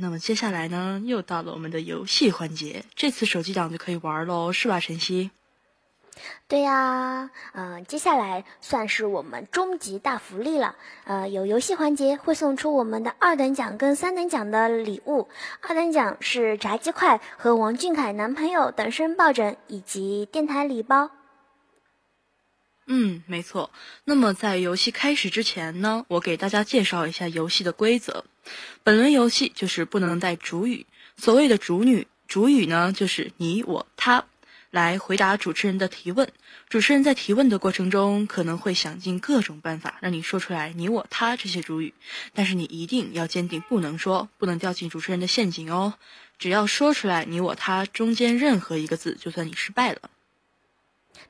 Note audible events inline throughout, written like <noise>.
那么接下来呢，又到了我们的游戏环节，这次手机党就可以玩喽，是吧，晨曦？对呀、嗯、接下来算是我们终极大福利了。呃，有游戏环节会送出我们的二等奖跟三等奖的礼物。二等奖是炸鸡块和王俊凯男朋友等身抱枕以及电台礼包。嗯，没错。那么在游戏开始之前呢，我给大家介绍一下游戏的规则。本轮游戏就是不能带主语，所谓的主语，主语呢就是你、我、他来回答主持人的提问。主持人在提问的过程中，可能会想尽各种办法让你说出来你、我、他这些主语，但是你一定要坚定不能说，不能掉进主持人的陷阱哦。只要说出来你、我、他中间任何一个字，就算你失败了。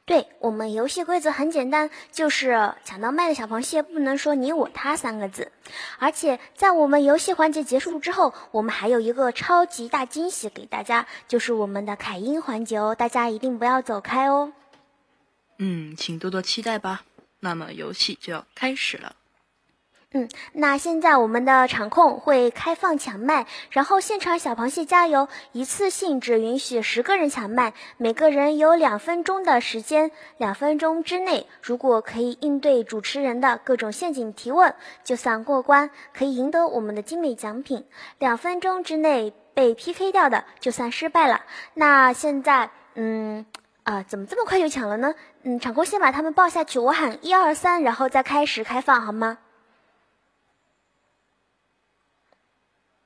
对我们游戏规则很简单，就是抢到麦的小螃蟹不能说你我他三个字，而且在我们游戏环节结束之后，我们还有一个超级大惊喜给大家，就是我们的凯音环节哦，大家一定不要走开哦。嗯，请多多期待吧。那么游戏就要开始了。嗯，那现在我们的场控会开放抢麦，然后现场小螃蟹加油，一次性只允许十个人抢麦，每个人有两分钟的时间，两分钟之内如果可以应对主持人的各种陷阱提问，就算过关，可以赢得我们的精美奖品；两分钟之内被 PK 掉的，就算失败了。那现在，嗯。啊，怎么这么快就抢了呢？嗯，场控先把他们报下去，我喊一二三，然后再开始开放，好吗？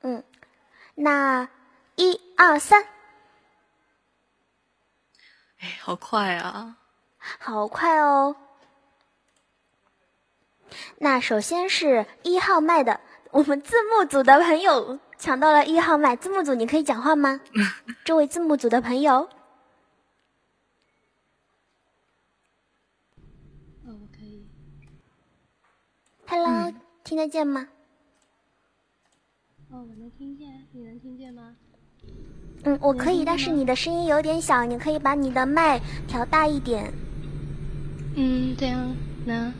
嗯，那一二三，哎，好快啊！好快哦。那首先是一号麦的，我们字幕组的朋友抢到了一号麦。字幕组，你可以讲话吗？这位字幕组的朋友，哦，我可以。 Hello，、听得见吗？哦，我能听见，你能听见吗？嗯，我可以，但是你的声音有点小，你可以把你的麦调大一点。嗯，这样呢？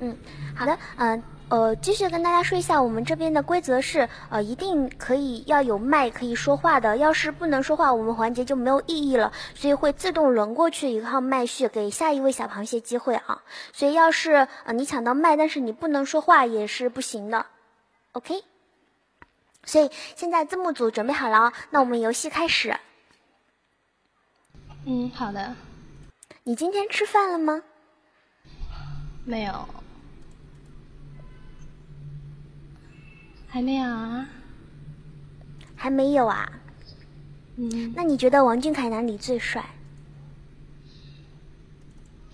嗯，好的，嗯、呃，继续跟大家说一下，我们这边的规则是，呃，一定可以要有麦可以说话的，要是不能说话，我们环节就没有意义了，所以会自动轮过去一号麦序，给下一位小螃蟹机会啊。所以要是呃你抢到麦，但是你不能说话也是不行的，OK？所以现在字幕组准备好了哦，那我们游戏开始。嗯，好的。你今天吃饭了吗？没有，还没有啊。还没有啊？嗯，那你觉得王俊凯哪里最帅？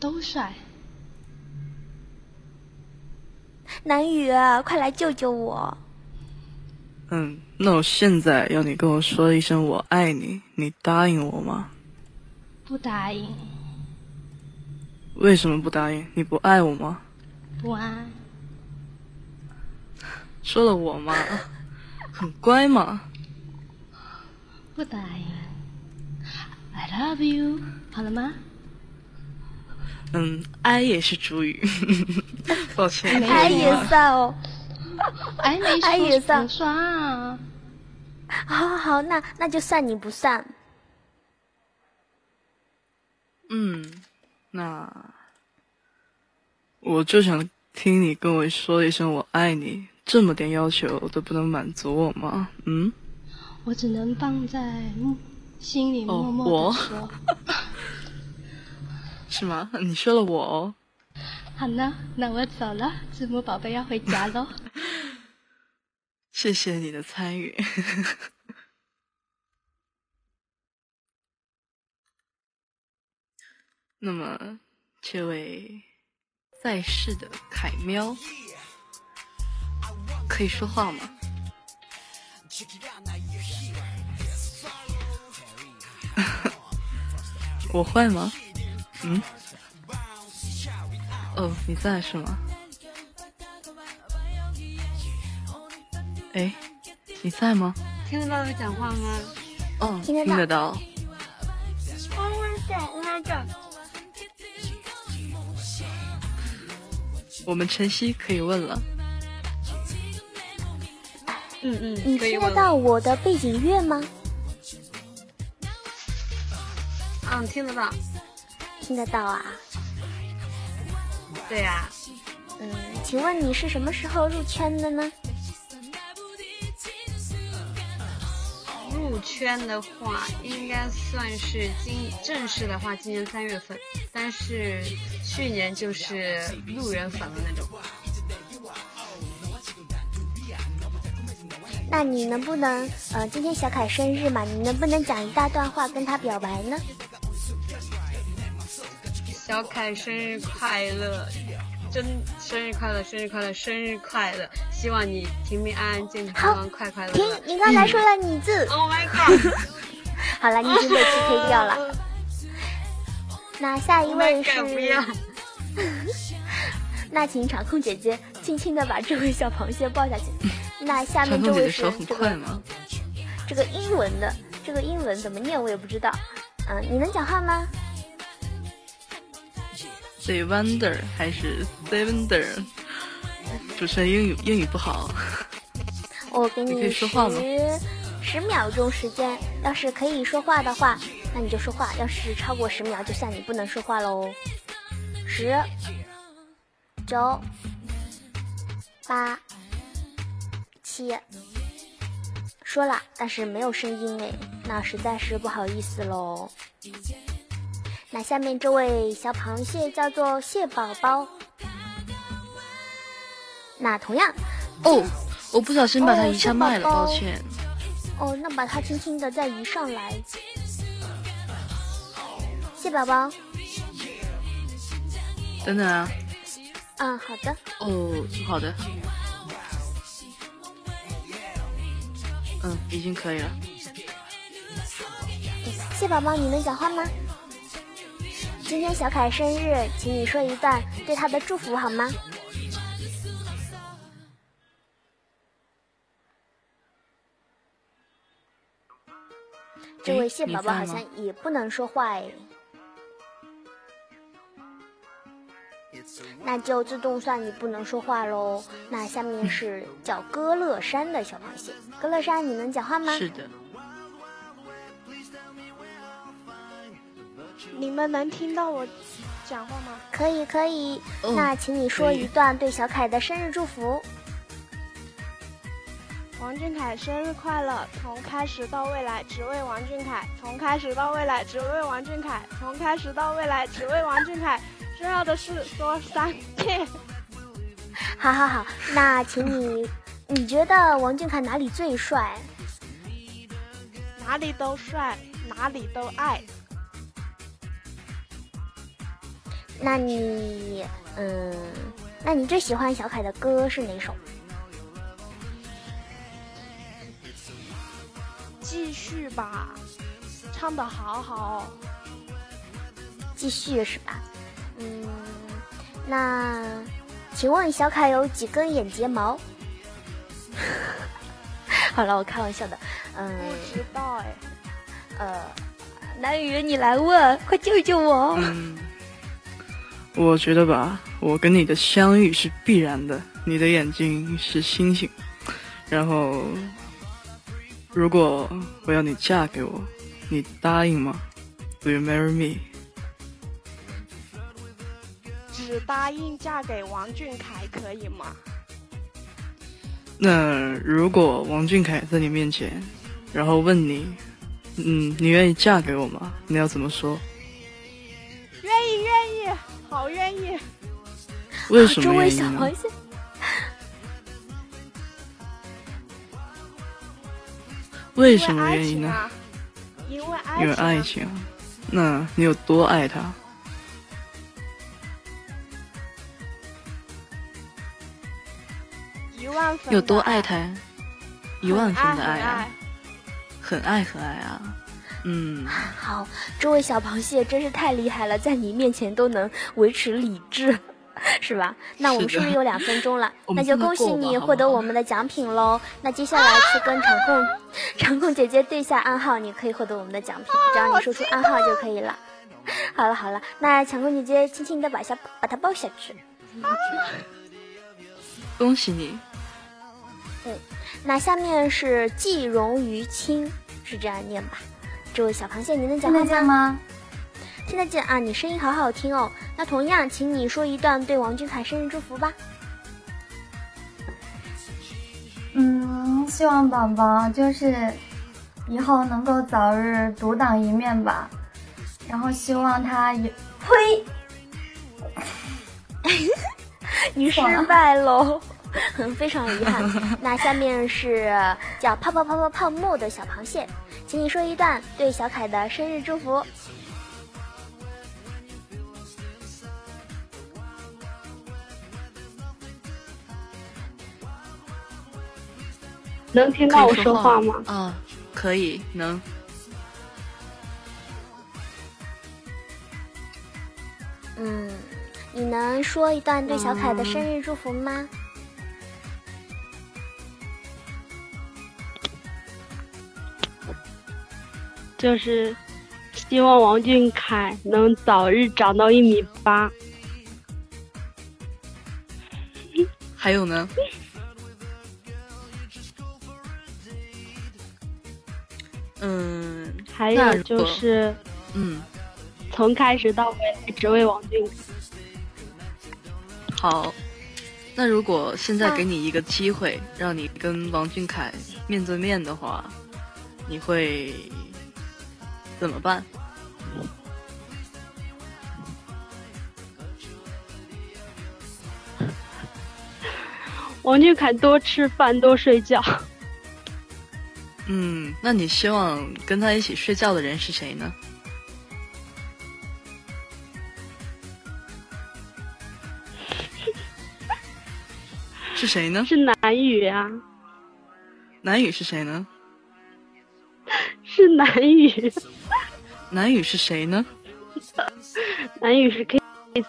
都帅。南雨，快来救救我！嗯，那我现在要你跟我说一声我爱你，你答应我吗？不答应，为什么不答应？你不爱我吗？不爱，说了我嘛，很乖嘛。不答应。I love you，好了吗？嗯，爱也是主语， <laughs> 抱歉。没有哎也算哦。 <laughs> 哎，没哎也说算不算啊。好哦好好，那那就算你不算。嗯，那我就想听你跟我说一声我爱你，这么点要求都不能满足我吗？嗯，我只能放在嗯心里哦默默我的说。是吗？你说了我哦。好了，那我走了，字母宝贝要回家喽。谢谢你的参与。 <laughs> 那么，这位在世的凯喵，可以说话吗？ <laughs> 我坏吗？嗯？哦，你在是吗？哎，你在吗？听得到我讲话吗？哦，听得到得到。我们晨曦可以问了，嗯嗯，你可以听得问到我？我的背景乐吗？嗯，听得到。听得到啊。对啊呀、嗯，请问你是什么时候入圈的呢？入圈的话，应该算是今正式的话，今年三月份，但是去年就是路人粉的那种。那你能不能，呃，今天小凯生日嘛，你能不能讲一大段话跟他表白呢？小凯生日快乐，真生日快乐，生日快乐，生日快乐！希望你平平安安、健健康康、快快乐停乐。，你刚才说了你字。 Oh my god！好了，你已经被 PK 掉了。 <laughs> 那下一 Oh 位 my 是 god！不要，那请场控姐姐轻轻的把这位小螃蟹抱下去。那下传面统这姐位姐是手很这快个吗？这个英文的，这个英文怎么念我也不知道。嗯、你能讲话吗？ s e Wonder 还是 s e Wonder？主持人英语英语不好，我给你可你以十说话吗十秒钟时间，要是可以说话的话，那你就说话；要是超过十秒，就算你不能说话喽。十、九、八、七，说了，但是没有声音哎，那实在是不好意思喽。那下面这位小螃蟹叫做蟹宝宝，那同样哦，我不小心把它哦移下是麦了，宝宝抱歉。哦，那把它轻轻的再移上来。蟹宝宝，等等啊，嗯，好的，哦，好的，嗯，已经可以了。蟹宝宝，你能讲话吗？今天小凯生日，请你说一段对他的祝福好吗？这位蟹宝宝好你在像吗也不能说话哎，那就自动算你不能说话喽。那下面是叫歌乐山的小螃蟹，歌乐山，你能讲话吗？是的，你们能听到我讲话吗？可以可以，哦那请你说可以一段对小凯的生日祝福。王俊凯生日快乐！从开始到未来，只为王俊凯；从开始到未来，只为王俊凯；从开始到未来，只为王俊凯。重要的事说三遍。好好好，那请你，你觉得王俊凯哪里最帅？哪里都帅，哪里都爱。那你，嗯，那你最喜欢小凯的歌是哪首？继续吧，唱的好好哦。继续是吧？嗯，那请问小凯有几根眼睫毛？ <laughs> 好了，我开玩笑的。嗯不知道哎，呃，南雨你来问，快救救我！嗯，我觉得吧，我跟你的相遇是必然的，你的眼睛是星星，然后，如果我要你嫁给我，你答应吗？Will you marry me？只答应嫁给王俊凯可以吗？那如果王俊凯在你面前，然后问你，嗯，你愿意嫁给我吗？你要怎么说？愿意，愿意，好愿意。为什这么位愿意小呢螃？蟹。为因什么爱愿意情呢？啊，因为爱因情、为啊，爱情啊。那你有多爱他？一万分有多的爱他呀？一万很分的很爱啊，很爱很爱啊。 <laughs> 嗯，好，这位小螃蟹真是太厉害了，在你面前都能维持理智，是吧？那我们是是的不是有两分钟了？ <laughs> 我那们就这么恭喜过吧你好不获得好我们的奖品喽。那接下来去跟场控、场控姐姐对一下暗号，你可以获得我们的奖品，只要你说出暗号就可以了。 <laughs> 好了好了，那场控姐姐轻轻的把下把它抱下去。恭喜你，那下面是季荣于清，是这样念吧？这位小螃蟹，你能讲话吗？吗？听得见啊，你声音好好听哦。那同样，请你说一段对王俊凯生日祝 <laughs> 福吧。嗯，希望宝宝就是以后能够早日独当一面吧，然后希望他也呸，你失啊败喽， <laughs> 非常遗憾。那下面是叫泡泡泡泡泡沫的小螃蟹，请你说一段对小凯的生日祝福。能听可以到我说话吗？啊、可以，能。嗯，你能说一段对小凯的生日祝福吗？就是希望王俊凯能早日长到一米八。还有呢？嗯还那有如就果是嗯，从开始到未来只为王俊凯。好。那如果现在给你一个机会，让你跟王俊凯面对面的话，你会怎么办？王俊凯多吃饭，多睡觉。 <laughs> 嗯，那你希望跟他一起睡觉的人是谁呢？是谁呢？是男语啊，南雨是谁呢？是男语， <laughs> 南雨是谁呢？男语是 K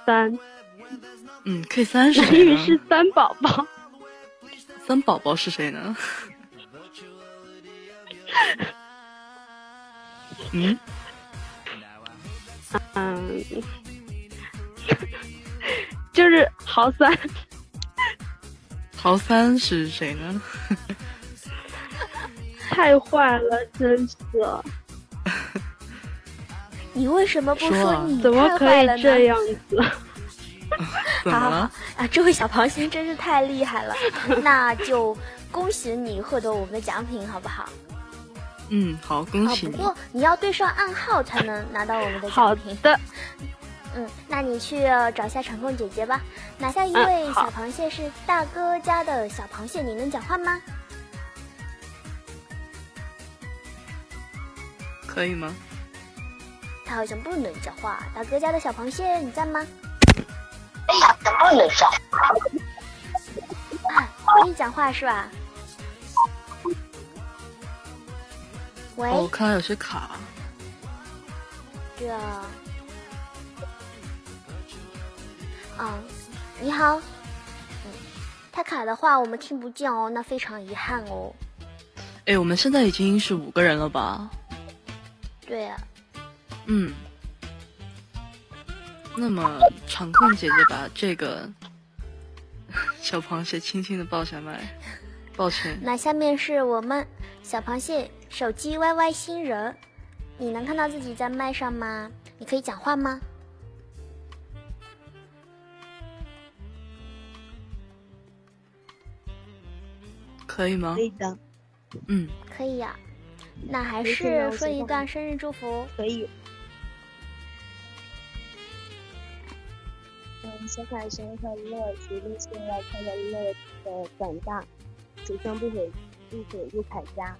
三，嗯，K 三是啊男谁语呢？是三宝宝，三宝宝是谁呢？嗯，嗯，就是豪三， <laughs> 陶三是谁呢？太坏了，真是，嗯你为什么不说说啊你怎么太可坏了以这呢？样子？ <laughs> 怎么好了？啊，这位小螃蟹真是太厉害了，那就恭喜你获得我们的奖品，好不好？嗯，好，恭啊，喜不你。过你要对上暗号才能拿到我们的好奖品。的，嗯，那你去找一下场控姐姐吧。哪下一嗯位小好螃蟹是大哥家的小螃蟹？你能讲话吗？可以吗？他好像不能讲话。大哥家的小螃蟹，你在吗？哎呀，怎么能讲？可以讲话是吧？喂，哦，我看到有些卡。这，嗯，你好，嗯，他卡的话我们听不见哦，那非常遗憾哦。哎，我们现在已经是五个人了吧？对啊，嗯，那么场控姐姐把这个 <laughs> 小螃蟹轻轻的抱下来，抱拳。那下面是我们小螃蟹手机 YY 新人，你能看到自己在麦上吗？你可以讲话吗？可以吗可？以的，嗯，可以呀、那还没事的是我说随一便段生日祝福。可以。嗯，小凯生日快乐，吉利幸运，快快乐乐的长大，此生不悔不悔入凯家。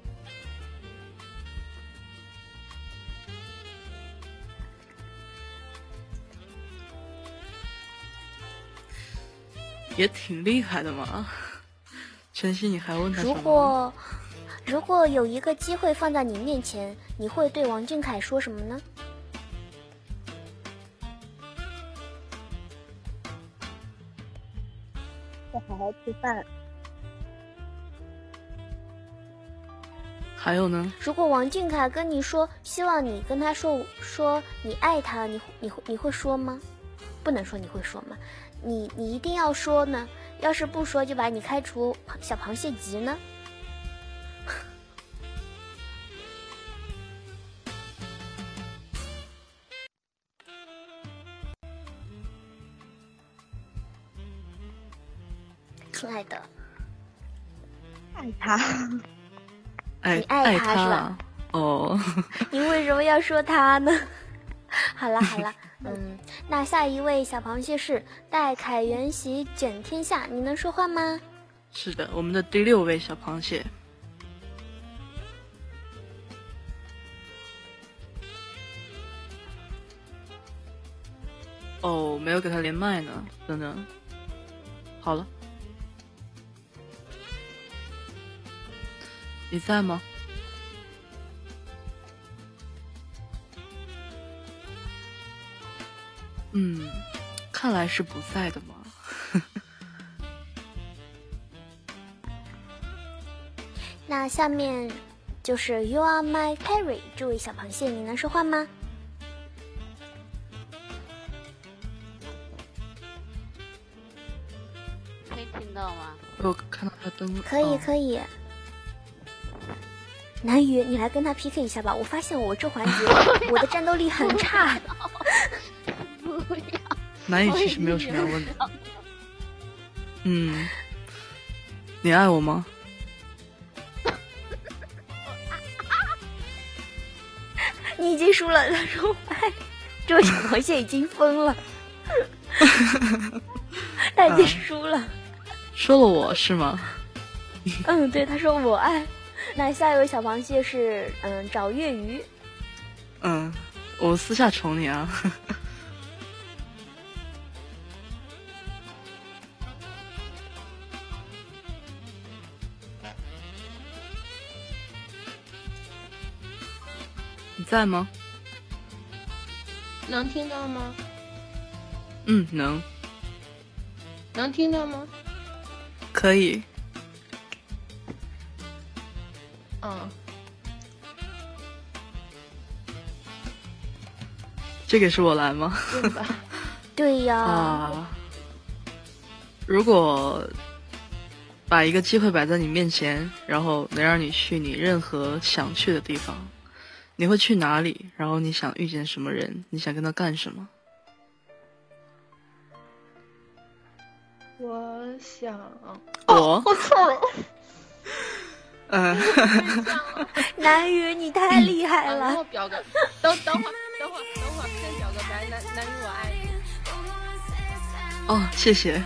也挺厉害的嘛。晨曦，你还问他什如么？果如果有一个机会放在你面前，你会对王俊凯说什么呢？要好好吃饭，还有呢？如果王俊凯跟你说，希望你跟他说说你爱他，你你会你会说吗？不能说你会说吗？你你一定要说呢，要是不说就把你开除小螃蟹级呢？ <laughs> 亲爱的，爱他，你哎爱爱他他是吧哦， <laughs> 你为什么要说他呢？ <laughs> 好了好了，嗯，那下一位小螃蟹是戴凯元喜卷天下，你能说话吗？是的，我们的第六位小螃蟹，哦，没有给他连麦呢，等等，好了，你在吗？嗯，看来是不在的嘛。那下面就是 You are my Perry 这位小螃蟹，你能说话吗？可以听到吗？我有看到他登录，可以哦可以。南雨，你来跟他 PK 一下吧！我发现我这环节我的战斗力很差。不要，男语其实没有什么样的问题。嗯，你爱我吗？你已经输了，他说我爱你。这位小螃蟹已经疯了，他已经输了。说了我是吗？嗯，对，他说我爱。那下一位小螃蟹是嗯找月鱼，嗯，我私下宠你啊。 <laughs> 你在吗？能听到吗？嗯，能，能听到吗？可以。嗯，这个是我来吗？问吧。对呀、啊，如果把一个机会摆在你面前，然后能让你去你任何想去的地方，你会去哪里？然后你想遇见什么人？你想跟他干什么？我想，我，我错了，嗯、南雨你太厉害等了我，表哥，等等会儿，等会儿，等会儿骗表哥白，男男女我爱你。 <laughs> 哦，谢谢。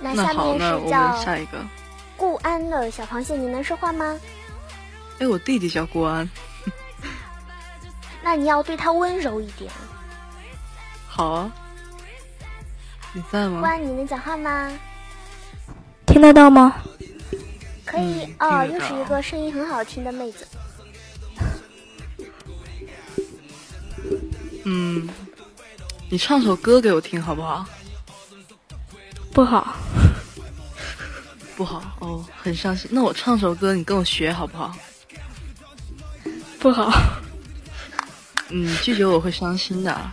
那那下好，面那我是们叫下一个。顾安的小螃蟹，你能说话吗？哎，我弟弟叫顾安。那你要对他温柔一点。嗯好啊，你在顾吗？安，你能讲话吗？听得到吗？可以、嗯哦，听得又到是一个声音很好听的妹子。嗯，你唱首歌给我听好不好？不好，不好哦，很伤心。那我唱首歌，你跟我学好不好？不好，嗯，拒绝我会伤心的。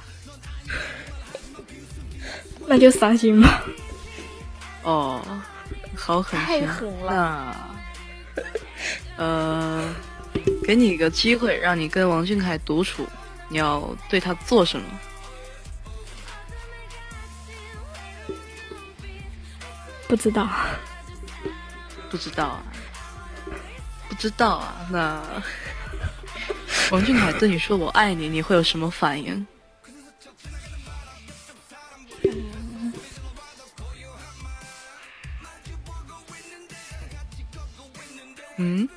那就伤心吧。哦，好狠心，太狠了。那，呃，给你一个机会，让你跟王俊凯独处，你要对他做什么？不知道，不知道啊，不知道啊。那 <laughs> 王俊凯对你说“我爱你”，你会有什么反应？嗯，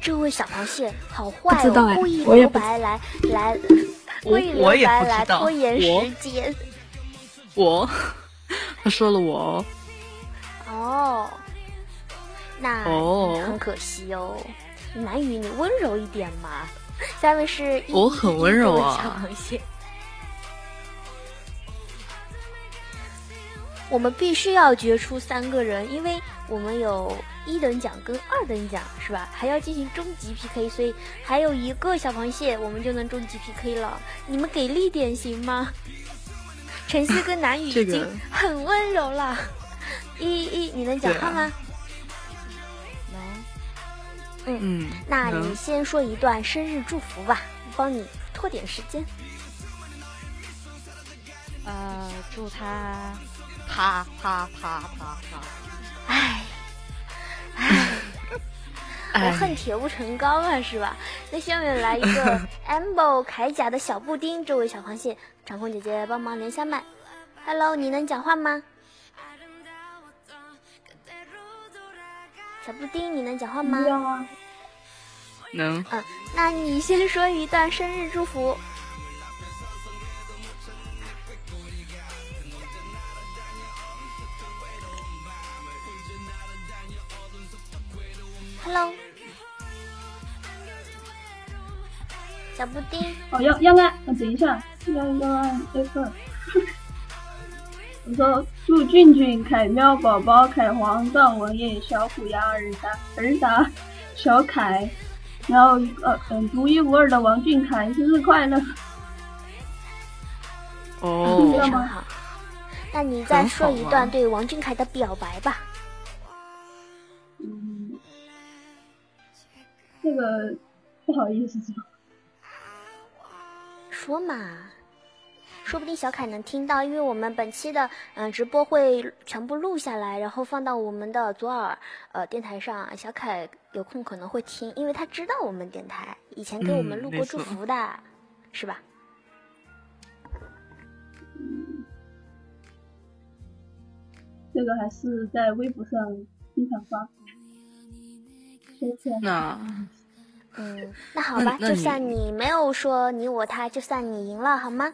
这位小螃蟹好坏不知道哦，哎故意我也留不白来来，故我意留我也白不来知道，拖延我时间。我，他说了我哦。哦，那哦很可惜哦。南雨，你温柔一点嘛。下面是一我很温柔啊一位小螃蟹。我们必须要决出三个人，因为我们有一等奖跟二等奖是吧？还要进行终极 PK，所以还有一个小螃蟹，我们就能终极 PK 了。你们给力点行吗？晨曦跟南雨已这个经很温柔了。一一，一，你能讲话吗？能。嗯，嗯，那你能先说一段生日祝福吧，帮你拖点时间。呃，祝他啪啪啪啪啪，唉，唉，我恨铁不成钢啊，是吧？那下面来一个 Amber 铠甲的小布丁，这位小螃蟹，长控姐姐帮忙连下麦。Hello，你能讲话吗？小布丁，你能讲话啊吗？能嗯，那你先说一段生日祝福。Hello，小布丁，哦，要要按，呃等一下，要要按 F 二。 <laughs> 我说祝俊俊、凯喵宝宝、凯皇、藏文燕、小虎牙、尔达、尔达、小凯，然后呃嗯独一无二的王俊凯生日快乐！非哦，常好。那你再很说好一啊段对王俊凯的表白吧。嗯，这个不好意思讲，说嘛，说不定小凯能听到，因为我们本期的嗯、呃直播会全部录下来，然后放到我们的左耳呃电台上。小凯有空可能会听，因为他知道我们电台以前给我们嗯录没过祝错福的，是吧？这个还是在微博上经常发。那嗯，那好吧，那就你算你没有说你我他，就算你赢了，好吗？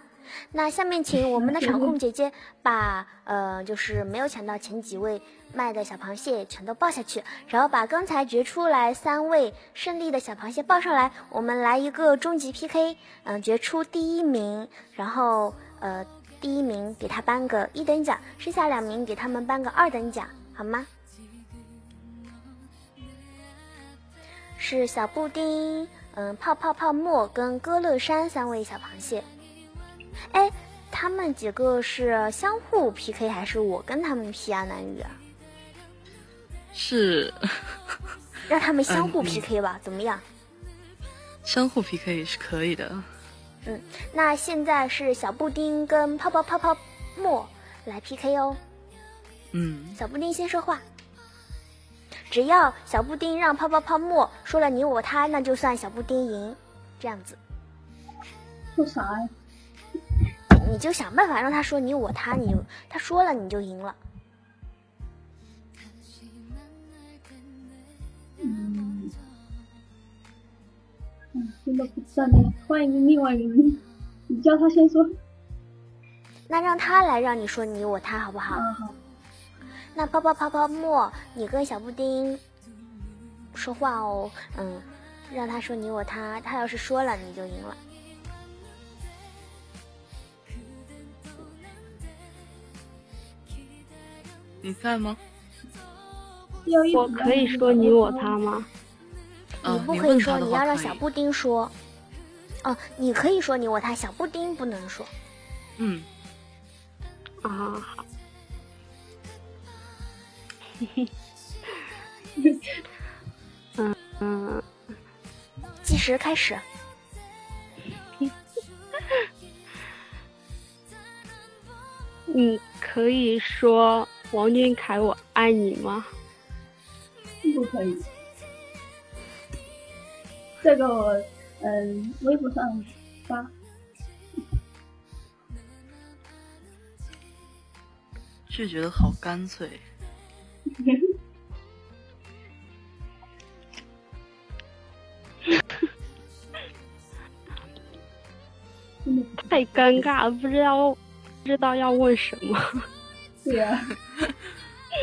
那下面请我们的场控姐姐把呃，就是没有抢到前几位卖的小螃蟹全都抱下去，然后把刚才决出来三位胜利的小螃蟹抱上来，我们来一个终极 PK，嗯、决出第一名，然后呃，第一名给他颁个一等奖，剩下两名给他们颁个二等奖，好吗？是小布丁，嗯，泡泡泡沫跟歌乐山三位小螃蟹。哎，他们几个是相互 PK 还是我跟他们 P 啊？南雨啊，是让他们相互嗯嗯 PK 吧，怎么样？相互 PK 也是可以的。嗯，那现在是小布丁跟泡泡泡泡沫来 PK 哦。嗯，小布丁先说话。只要小布丁让泡泡泡沫说了你我他，那就算小布丁赢，这样子。说啥呀？你就想办法让他说你我他，你他说了你就赢了。嗯，嗯，真的不算了，换一个另外一个人，你叫他先说。那让他来让你说你我他好不好？好。那泡泡泡泡沫，你跟小布丁说话哦，嗯，让他说你我他，他要是说了你就赢了。你在吗？我可以说你我他吗？你不可以说，你要让小布丁说。哦，你可以说你我他，小布丁不能说。嗯，啊，好。嗯嗯，计时开始。你可以说王俊凯我爱你吗？不可以。这个我嗯，微博上发。拒绝的好干脆。太尴尬了，不知道不知道要问什么。对呀、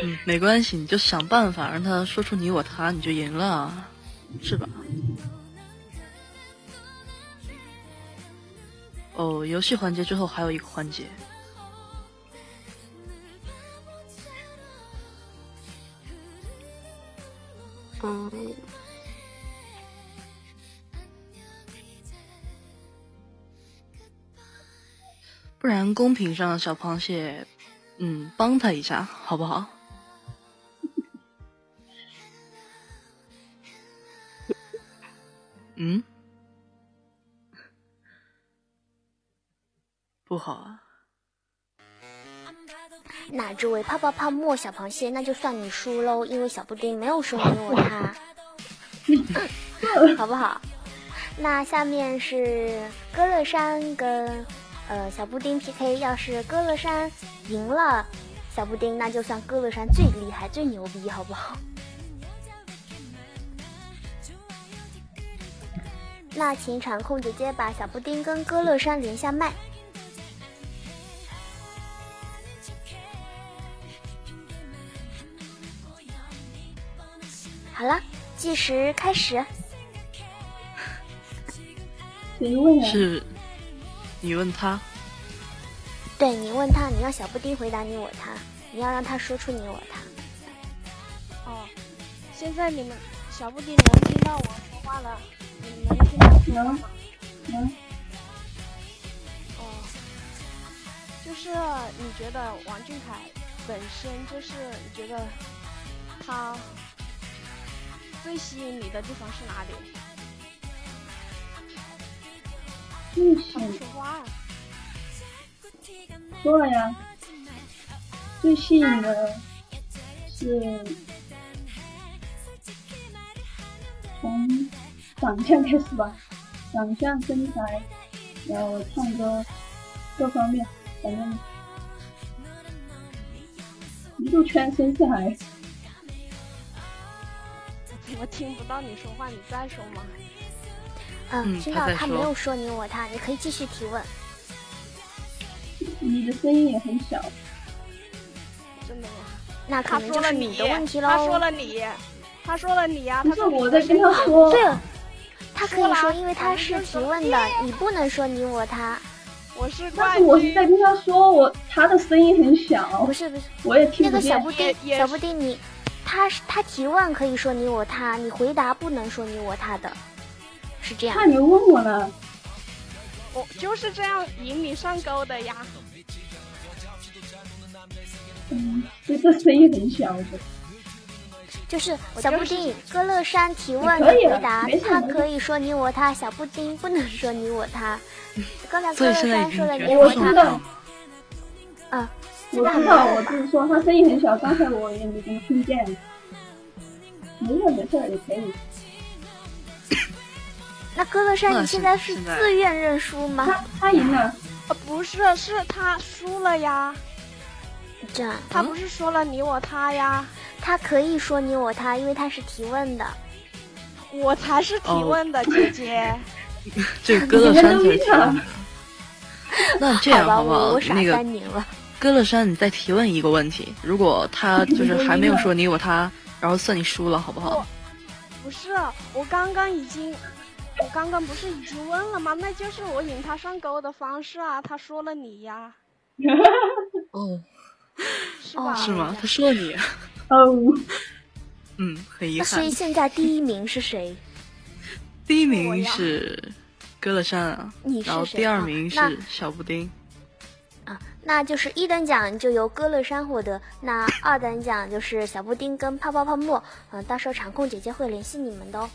嗯，没关系，你就想办法让他说出你我他，你就赢了，啊是吧？哦，游戏环节之后还有一个环节，嗯，不然公屏上小螃蟹，嗯，帮他一下好不好？嗯，不好啊。那这位泡泡泡沫小螃蟹，那就算你输喽，因为小布丁没有说你我他，好不好？那下面是歌乐山跟呃小布丁 PK，要是歌乐山赢了小布丁，那就算歌乐山最厉害、最牛逼，好不好？那请场控姐姐把小布丁跟歌乐山连下麦。好了，计时开始。谁问啊？是，你问他，对你问他，你让小布丁回答你我他，你要让他说出你我他。嗯哦，现在你们小布丁能听到我说话了？你能听到我说话吗？能。哦，就是你觉得王俊凯本身就是你觉得他最吸引你的地方是哪里？继他不续说话啊。说了呀。啊最吸引的是从长相开始吧，长相、身材，然后唱歌各方面，反正一路圈身下来。我听不到你说话，你再说嘛。嗯，嗯听他到在他没说有说你我他，你可以继续提问。你的声音也很小，真的吗？那可他能说就了是你你的问题喽。他说了你，他说了你呀、不他是说你我的在跟声他音说。对，他可说以了说，因为他反正是就是提问的，你不能说你我他。我是 <laughs> 但冠是我是军，在跟他说，我他的声音很小，不是不是，我也听那不个见小。布丁，也小布丁你，他是他提问可以说你我他，你回答不能说你我他的，是这样那。你问我呢？我就是这样引你上钩的呀。嗯，就这声音很小的。就是我小就布是丁，歌乐山提问可以你了回答没事，他没事可以说你我他，小布丁不能说你我他。刚才所歌以乐现在山已经说了决你定我我胜知他，道，嗯，我知道，我只是说他声音很小，刚才我也没听见。没事没事，也可以。那歌乐山那你是现在是现在自愿认输吗他？他赢了，啊，不是，是他输了呀。这样，他不是说了你我他呀，他可以说你我他，因为他是提问的。我才是提哦问的、姐姐。这个歌乐山才提了问。那这样吧，好不我好我？傻那个三年了。歌乐山，你再提问一个问题，如果他就是还没有说你我他，然后算你输了，好不好？不是，我刚刚已经，我刚刚不是已经问了吗？那就是我引他上钩的方式啊。他说了你呀，哦，是哦吧？是吗？他说你，哦， <laughs> 嗯，很遗那所憾以。现在第一名是谁？第一名是歌乐山啊你，是然后谁第二啊名那是小布丁。啊，那就是一等奖就由歌乐山获得，那二等奖就是小布丁跟泡泡泡沫，嗯、到时候场控姐姐会联系你们的哦。